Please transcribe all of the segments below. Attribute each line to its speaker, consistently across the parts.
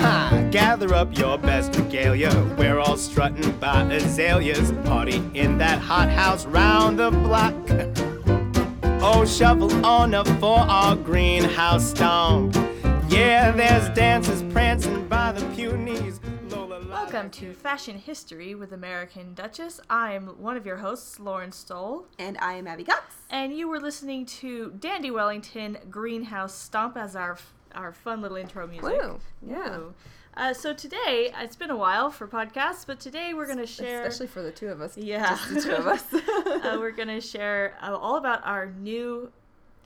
Speaker 1: Ah, gather up your best regalia. We're all strutting by azaleas. Party in that hothouse round the block. Oh, shovel on up for our greenhouse stomp. Yeah, there's dancers prancing by the peonies. Lola
Speaker 2: Welcome to Fashion History with American Duchess. I'm one of your hosts, Lauren Stoll,
Speaker 3: And I am Abby Cox.
Speaker 2: and you were listening to Dandy Wellington Greenhouse Stomp as our our fun little intro music.
Speaker 3: Woo, yeah.
Speaker 2: Woo. Uh, so today, it's been a while for podcasts, but today we're going to share.
Speaker 3: Especially for the two of us.
Speaker 2: yeah,
Speaker 3: Just the two of us.
Speaker 2: uh, we're going to share uh, all about our new,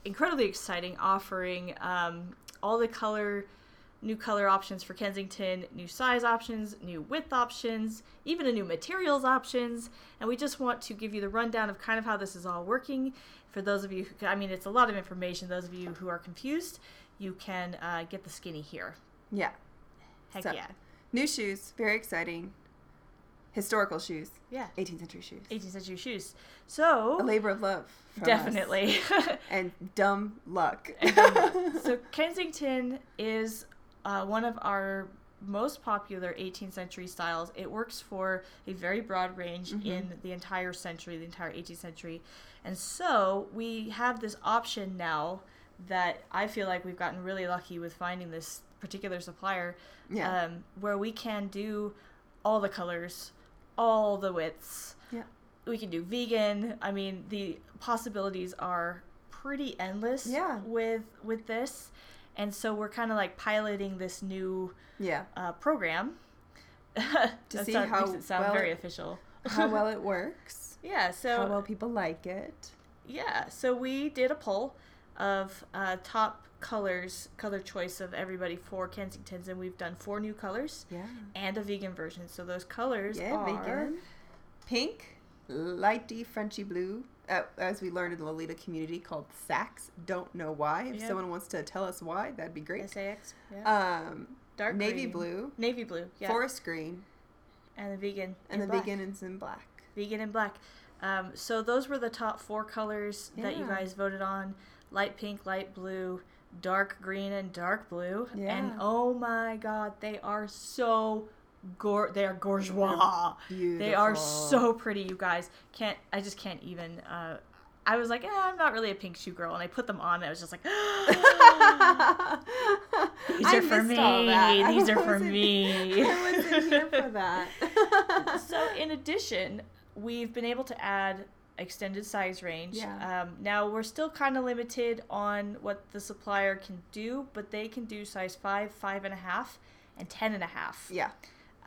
Speaker 2: incredibly exciting offering. Um, all the color, new color options for Kensington, new size options, new width options, even a new materials options. And we just want to give you the rundown of kind of how this is all working. For those of you, who, I mean, it's a lot of information. Those of you who are confused, you can uh, get the skinny here.
Speaker 3: yeah.
Speaker 2: Heck
Speaker 3: So-
Speaker 2: yeah.
Speaker 3: New shoes. Very exciting. Historical shoes.
Speaker 2: Yeah.
Speaker 3: 18th century shoes.
Speaker 2: 18 century shoes.
Speaker 3: A
Speaker 2: So,
Speaker 3: labor of love. from us.
Speaker 2: definitely.
Speaker 3: And dumb luck.
Speaker 2: so Kensington is uh, one of our most popular 18th century styles. It works for a very broad range in the entire century, the entire 18th century. And so we have this option now that I feel like we've gotten really lucky with finding this particular supplier
Speaker 3: Yeah.
Speaker 2: um, where we can do all the colors, all the widths,
Speaker 3: yeah.
Speaker 2: we can do vegan. I mean, the possibilities are pretty endless
Speaker 3: Yeah.
Speaker 2: with with this. And so we're kind of like piloting this new
Speaker 3: Yeah.
Speaker 2: uh, program to
Speaker 3: see how
Speaker 2: makes it sound
Speaker 3: well
Speaker 2: very
Speaker 3: it-
Speaker 2: official.
Speaker 3: How well it works.
Speaker 2: yeah,
Speaker 3: How
Speaker 2: so
Speaker 3: well people like it.
Speaker 2: yeah, so we did a poll of uh, top colors, color choice of everybody for Kensingtons, and we've done four new colors
Speaker 3: Yeah.
Speaker 2: and a vegan version. So those colors
Speaker 3: Yeah,
Speaker 2: are
Speaker 3: vegan. Pink, lighty Frenchy blue, uh, as we learned in the Lolita community called Saks. Don't know why. If
Speaker 2: Yeah.
Speaker 3: someone wants to tell us why, that'd be great.
Speaker 2: SAX, yeah.
Speaker 3: Um,
Speaker 2: dark
Speaker 3: navy
Speaker 2: green.
Speaker 3: blue,
Speaker 2: navy blue, yeah,
Speaker 3: forest green,
Speaker 2: and the vegan in
Speaker 3: and the
Speaker 2: black.
Speaker 3: vegan is in black.
Speaker 2: vegan and black. Um, so those were the top four colors that you
Speaker 3: Yeah.
Speaker 2: guys voted on: light pink, light blue, dark green, and dark blue. And
Speaker 3: Yeah.
Speaker 2: oh my God, they are so gor they are gorgeous. They are
Speaker 3: Beautiful.
Speaker 2: so pretty, you guys. Can't I just can't even. Uh, I was like, eh, I'm not really a pink shoe girl, and I put them on, and I was just like,
Speaker 3: These
Speaker 2: are for me. These are for me.
Speaker 3: I wasn't here for that.
Speaker 2: so in addition we've been able to add extended size range
Speaker 3: Yeah.
Speaker 2: um, now we're still kind of limited on what the supplier can do but they can do size five five and a half and ten and a half
Speaker 3: yeah.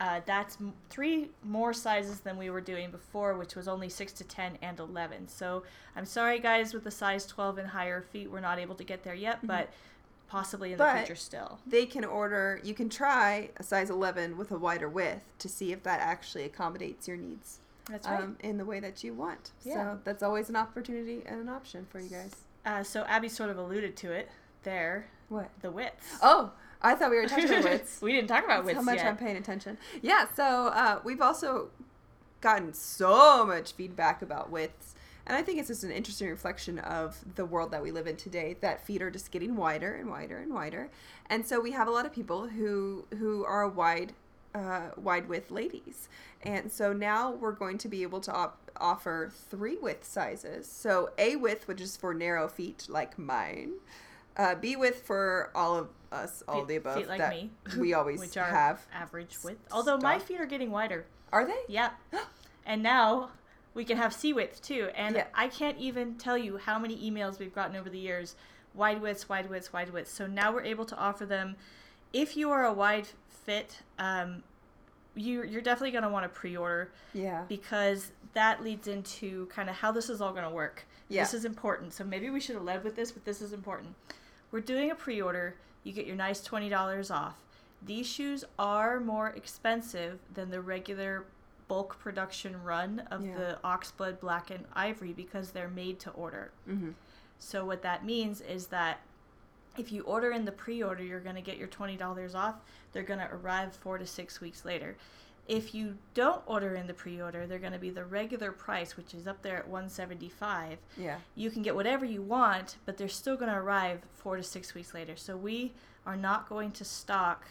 Speaker 2: uh, that's m- three more sizes than we were doing before which was only six to ten and eleven so i'm sorry guys with the size 12 and higher feet we're not able to get there yet but possibly in the
Speaker 3: Mm-hmm. But-
Speaker 2: future still
Speaker 3: They can order, you can try a size 11 with a wider width to see if that actually accommodates your needs
Speaker 2: that's right
Speaker 3: um, in the way that you want.
Speaker 2: Yeah.
Speaker 3: So that's always an opportunity and an option for you guys.
Speaker 2: uh, so abby sort of alluded to it there
Speaker 3: What?
Speaker 2: the widths
Speaker 3: Oh, I thought we were talking about widths.
Speaker 2: we didn't talk about widths
Speaker 3: That's how much
Speaker 2: yet.
Speaker 3: I'm paying attention. Yeah, so uh, we've also gotten so much feedback about widths. And I think it's just an interesting reflection of the world that we live in today that feet are just getting wider and wider and wider. And so we have a lot of people who who are wide uh, wide width ladies. And so now we're going to be able to op- offer three width sizes. So A width, which is for narrow feet like mine. Uh, B width for all of us, all
Speaker 2: Feet-
Speaker 3: the above
Speaker 2: feet like
Speaker 3: that
Speaker 2: me,
Speaker 3: we always
Speaker 2: which are
Speaker 3: have.
Speaker 2: average width. Although my
Speaker 3: stuff.
Speaker 2: feet are getting wider.
Speaker 3: Are they?
Speaker 2: Yeah. and now we can have C width too. And
Speaker 3: Yeah.
Speaker 2: I can't even tell you how many emails we've gotten over the years. Wide widths, wide widths, wide widths. So now we're able to offer them. If you are a wide fit, um, you, you're definitely going to want to pre-order
Speaker 3: Yeah.
Speaker 2: because that leads into kind of how this is all going to work.
Speaker 3: Yeah.
Speaker 2: This is important. So maybe we should have led with this, but this is important. We're doing a pre order. You get your nice $20 off. These shoes are more expensive than the regular bulk production run of
Speaker 3: Yeah.
Speaker 2: the Oxblood Black and Ivory because they're made to order. So, what that means is that if you order in the pre-order you're going to get your $20 off they're going to arrive four to six weeks later if you don't order in the pre-order they're going to be the regular price which is up there at 175
Speaker 3: Yeah.
Speaker 2: you can get whatever you want but they're still going to arrive four to six weeks later so we are not going to stock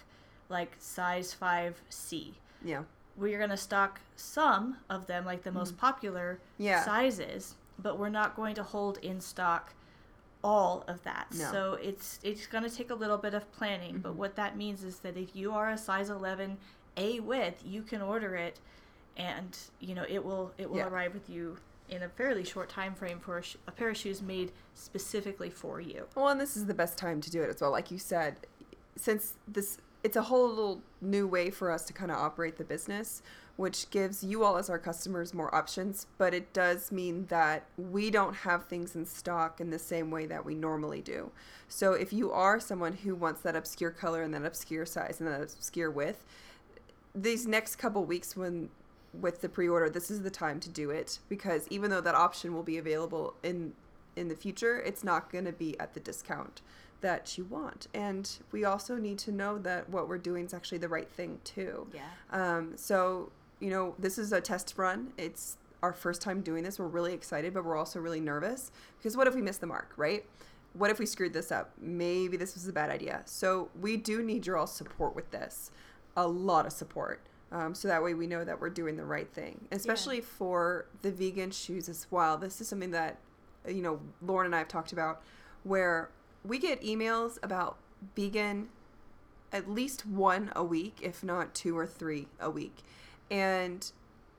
Speaker 2: like size 5C.
Speaker 3: Yeah.
Speaker 2: We're going to stock some of them, like the most popular
Speaker 3: Mm-hmm. Yeah.
Speaker 2: sizes, but we're not going to hold in stock all of that.
Speaker 3: No. Mm-hmm.
Speaker 2: So it's it's going to take a little bit of planning, but what that means is that if you are a size 11 A width, you can order it and you know it will it will
Speaker 3: Yeah.
Speaker 2: arrive with you in a fairly short time frame for a, sh- a pair of shoes made specifically for you.
Speaker 3: Well, and this is the best time to do it as well. Like you said, since this, it's a whole little new way for us to kind of operate the business, which gives you all as our customers more options. But it does mean that we don't have things in stock in the same way that we normally do. So if you are someone who wants that obscure color and that obscure size and that obscure width, these next couple weeks when with the pre-order this is the time to do it because even though that option will be available in in the future it's not going to be at the discount that you want and we also need to know that what we're doing is actually the right thing too
Speaker 2: Yeah.
Speaker 3: um, so you know this is a test run it's our first time doing this we're really excited but we're also really nervous because what if we miss the mark right what if we screwed this up maybe this was a bad idea so we do need your all support with this a lot of support. Um, so that way we know that we're doing the right thing, especially for the vegan shoes as well. This is something that, you know, Lauren and I have talked about where we get emails about vegan at least one a week, if not two or three a week. And,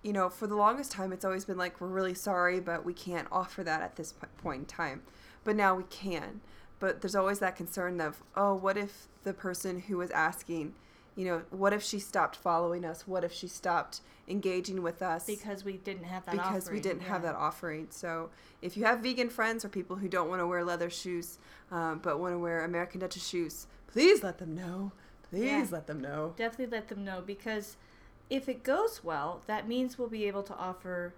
Speaker 3: you know, for the longest time, it's always been like, we're really sorry, but we can't offer that at this p- point in time. But now we can. But there's always that concern of, oh, what if the person who was asking, you know, what if she stopped following us? What if she stopped engaging with us?
Speaker 2: Because we didn't have that
Speaker 3: because we
Speaker 2: offering,
Speaker 3: didn't have
Speaker 2: yeah.
Speaker 3: that offering. So if you have vegan friends or people who don't want to wear leather shoes um, but want to wear American Duchess shoes, please let them know. Please
Speaker 2: Yeah.
Speaker 3: let them know.
Speaker 2: Definitely let them know because if it goes well, that means we'll be able to offer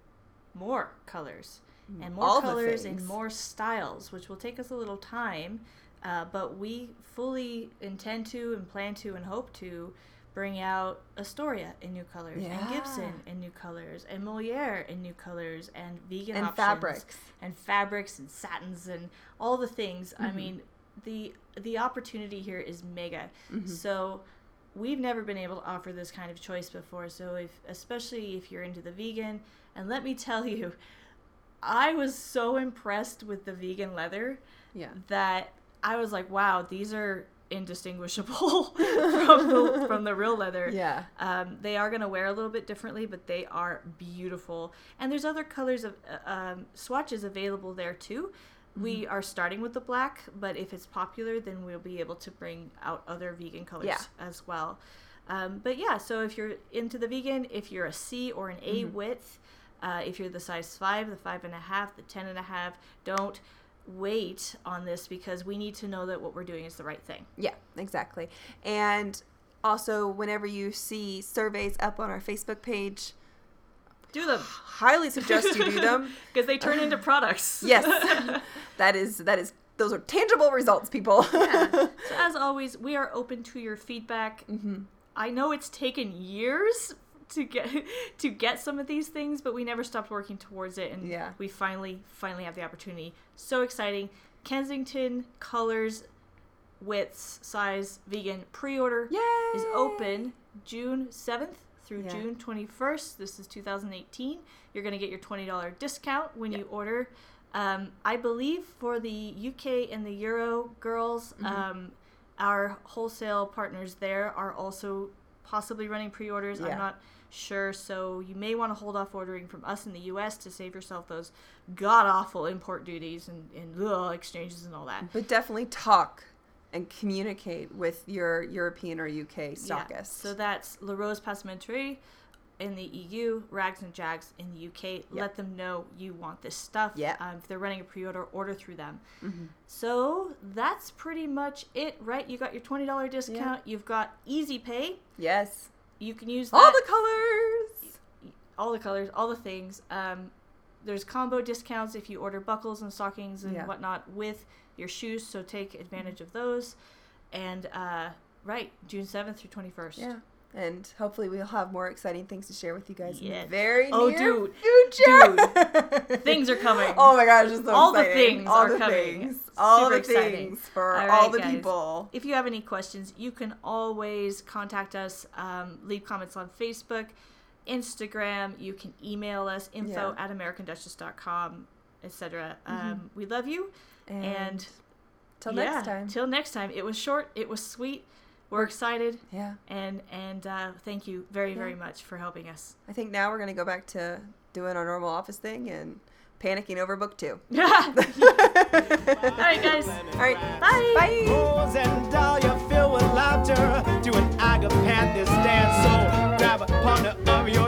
Speaker 2: more colors and more
Speaker 3: Mm, all the
Speaker 2: colors and
Speaker 3: things.
Speaker 2: more styles, which will take us a little time. Uh, but we fully intend to and plan to and hope to bring out Astoria in new colors and Gibson in new colors and Moliere in new colors and vegan
Speaker 3: And
Speaker 2: options
Speaker 3: fabrics.
Speaker 2: and fabrics and satins and all the things. I
Speaker 3: Mm-hmm.
Speaker 2: mean, the the opportunity here is mega.
Speaker 3: Mm-hmm.
Speaker 2: So we've never been able to offer this kind of choice before. So if especially if you're into the vegan, and let me tell you, I was so impressed with the vegan leather
Speaker 3: Yeah.
Speaker 2: that I was like, wow, these are indistinguishable from the from the real leather.
Speaker 3: Yeah.
Speaker 2: Um, they are going to wear a little bit differently, but they are beautiful. And there's other colors of uh, um, swatches available there too. We
Speaker 3: Mm-hmm.
Speaker 2: are starting with the black, but if it's popular, then we'll be able to bring out other vegan colors
Speaker 3: Yeah.
Speaker 2: as well. Um, but yeah, so if you're into the vegan, if you're a C or an
Speaker 3: Mm-hmm.
Speaker 2: A width, uh, if you're the size five, the five and a half, the ten and a half, don't wait on this because we need to know that what we're doing is the right thing.
Speaker 3: Yeah, exactly. And also, whenever you see surveys up on our Facebook page,
Speaker 2: Do them.
Speaker 3: highly suggest you do them.
Speaker 2: because they turn into products.
Speaker 3: Yes, that is that is those are tangible results, people.
Speaker 2: So as always, we are open to your feedback. I know it's taken years to get to get some of these things, but we never stopped working towards it, and
Speaker 3: Yeah.
Speaker 2: we finally finally have the opportunity. So exciting! Kensington colors, widths, size, vegan pre-order is
Speaker 3: Yay!
Speaker 2: open June seventh. Through
Speaker 3: Yeah.
Speaker 2: June 21st, this is 2018. You're going to get your $20 discount when you order. Um, I believe for the UK and the Euro girls,
Speaker 3: Mm-hmm.
Speaker 2: um, our wholesale partners there are also possibly running pre orders.
Speaker 3: Yeah.
Speaker 2: I'm not sure, so you may want to hold off ordering from us in the US to save yourself those god awful import duties and, and ugh, exchanges and all that.
Speaker 3: But definitely talk and communicate with your European or UK
Speaker 2: Yeah.
Speaker 3: stockist.
Speaker 2: So that's La Rose Passementerie in the EU, Rags and Jags in the UK. Let them know you want this stuff.
Speaker 3: Yeah.
Speaker 2: Um, if they're running a pre-order, order through them.
Speaker 3: Mm-hmm.
Speaker 2: So that's pretty much it, right? You got your twenty dollar discount. You've got Easy Pay.
Speaker 3: yes,
Speaker 2: You can use
Speaker 3: all
Speaker 2: that,
Speaker 3: the colors.
Speaker 2: all the colors, all the things. Um, there's combo discounts if you order buckles and stockings and
Speaker 3: Yeah. Mm-hmm.
Speaker 2: whatnot with your shoes. So take advantage of those. And uh, right, June seventh through twenty first.
Speaker 3: Yeah. And hopefully we'll have more exciting things to share with you guys in
Speaker 2: Yes.
Speaker 3: the very
Speaker 2: Oh,
Speaker 3: near
Speaker 2: dude.
Speaker 3: future.
Speaker 2: Things are coming.
Speaker 3: Oh my gosh, it's so
Speaker 2: all the
Speaker 3: exciting.
Speaker 2: things
Speaker 3: All
Speaker 2: are
Speaker 3: the
Speaker 2: coming.
Speaker 3: things. all
Speaker 2: Super
Speaker 3: the
Speaker 2: exciting.
Speaker 3: things for all,
Speaker 2: All right,
Speaker 3: the
Speaker 2: guys.
Speaker 3: people.
Speaker 2: If you have any questions, you can always contact us, um, leave comments on Facebook, Instagram. You can email us info
Speaker 3: Yeah.
Speaker 2: at americanduchess.com, etc. Um, we love you. And,
Speaker 3: Mm-hmm. till
Speaker 2: yeah,
Speaker 3: next time.
Speaker 2: Till next time. It was short. It was sweet. We're excited.
Speaker 3: yeah.
Speaker 2: And and uh, thank you very, very
Speaker 3: Yeah.
Speaker 2: much for helping us.
Speaker 3: I think now we're gonna go back to doing our normal office thing and panicking over book two.
Speaker 2: All right, guys.
Speaker 3: All right.
Speaker 2: Bye.
Speaker 3: Bye.
Speaker 1: Rose and Dahlia fill with laughter to an agapanthus dance. So grab a partner of your Oh,